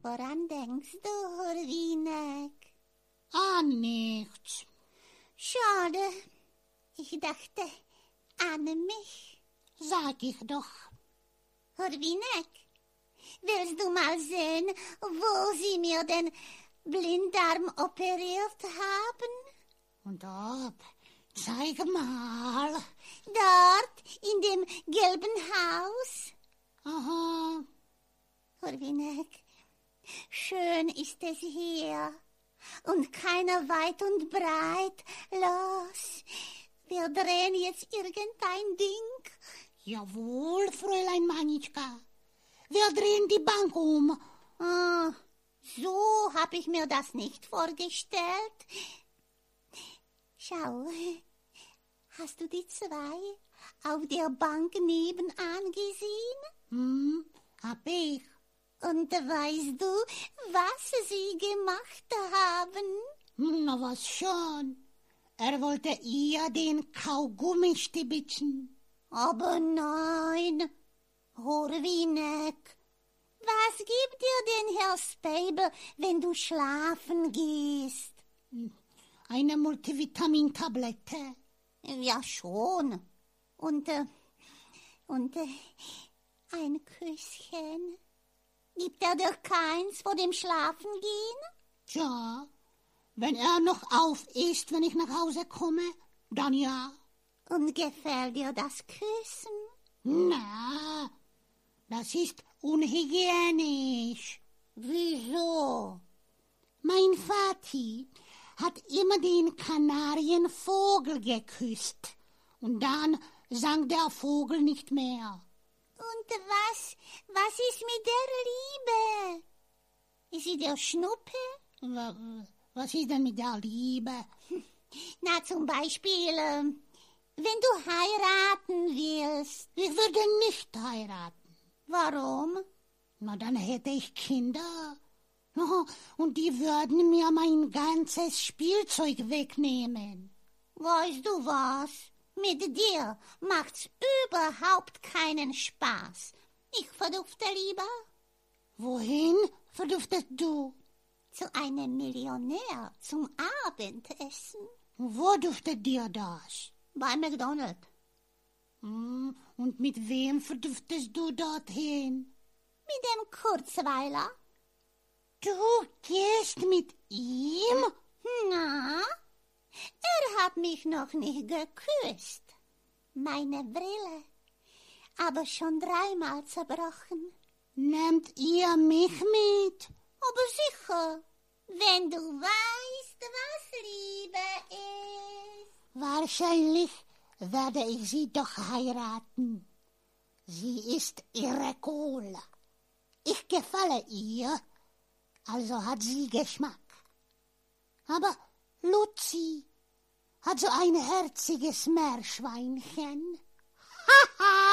Woran denkst du, Horwinek? An Ah, nichts. Schade. Ich dachte an mich. Sag ich doch. Horwinek, willst du mal sehen, wo sie mir den Blindarm operiert haben? Und ob? Zeig mal. Dort in dem gelben Haus? Aha. Horwinek, schön ist es hier. Und keiner weit und breit. Los, wir drehen jetzt irgendein Ding. Jawohl, Fräulein Manitschka. Wir drehen die Bank um. Ah, so hab ich mir das nicht vorgestellt. Schau, hast du die zwei auf der Bank nebenan gesehen? Hm, hab ich. Und weißt du, was sie gemacht haben? Hm, Na was schon. Er wollte ihr den Kaugummi stibitzen. Aber nein, Horwinek. Was gibt dir denn Herr Spabel, wenn du schlafen gehst? Eine Multivitamintablette. Ja, schon. Und, äh, und äh, ein Küsschen. Gibt er dir keins vor dem Schlafengehen? Tja, wenn er noch auf ist, wenn ich nach Hause komme, dann ja. Und gefällt dir das Küssen? Na, das ist unhygienisch. Wieso? Mein Vati hat immer den Kanarienvogel geküsst. Und dann sang der Vogel nicht mehr. Und was, was ist mit der Liebe? Ist sie der Schnuppe? Wa- Was ist denn mit der Liebe? Na, zum Beispiel, ähm, wenn du heiraten willst. Ich würde nicht heiraten. Warum? Na, dann hätte ich Kinder. Oh, Und die würden mir mein ganzes Spielzeug wegnehmen. Weißt du was? Mit dir macht's überhaupt keinen Spaß. Ich verdufte lieber Wohin verduftet du? zu einem Millionär zum Abendessen Wo duftet dir das? bei McDonald. Hm, Und mit wem verduftest du dorthin? Mit dem Kurzweiler. Du gehst mit ihm? Na, er hat mich noch nicht geküsst. Meine Brille, aber schon dreimal zerbrochen. Nehmt ihr mich mit? Aber sicher, wenn du weißt, was Liebe ist. Wahrscheinlich werde ich sie doch heiraten. Sie ist irre cool. Ich gefalle ihr, also hat sie Geschmack. Aber Luzi hat so ein herziges Meerschweinchen. Haha!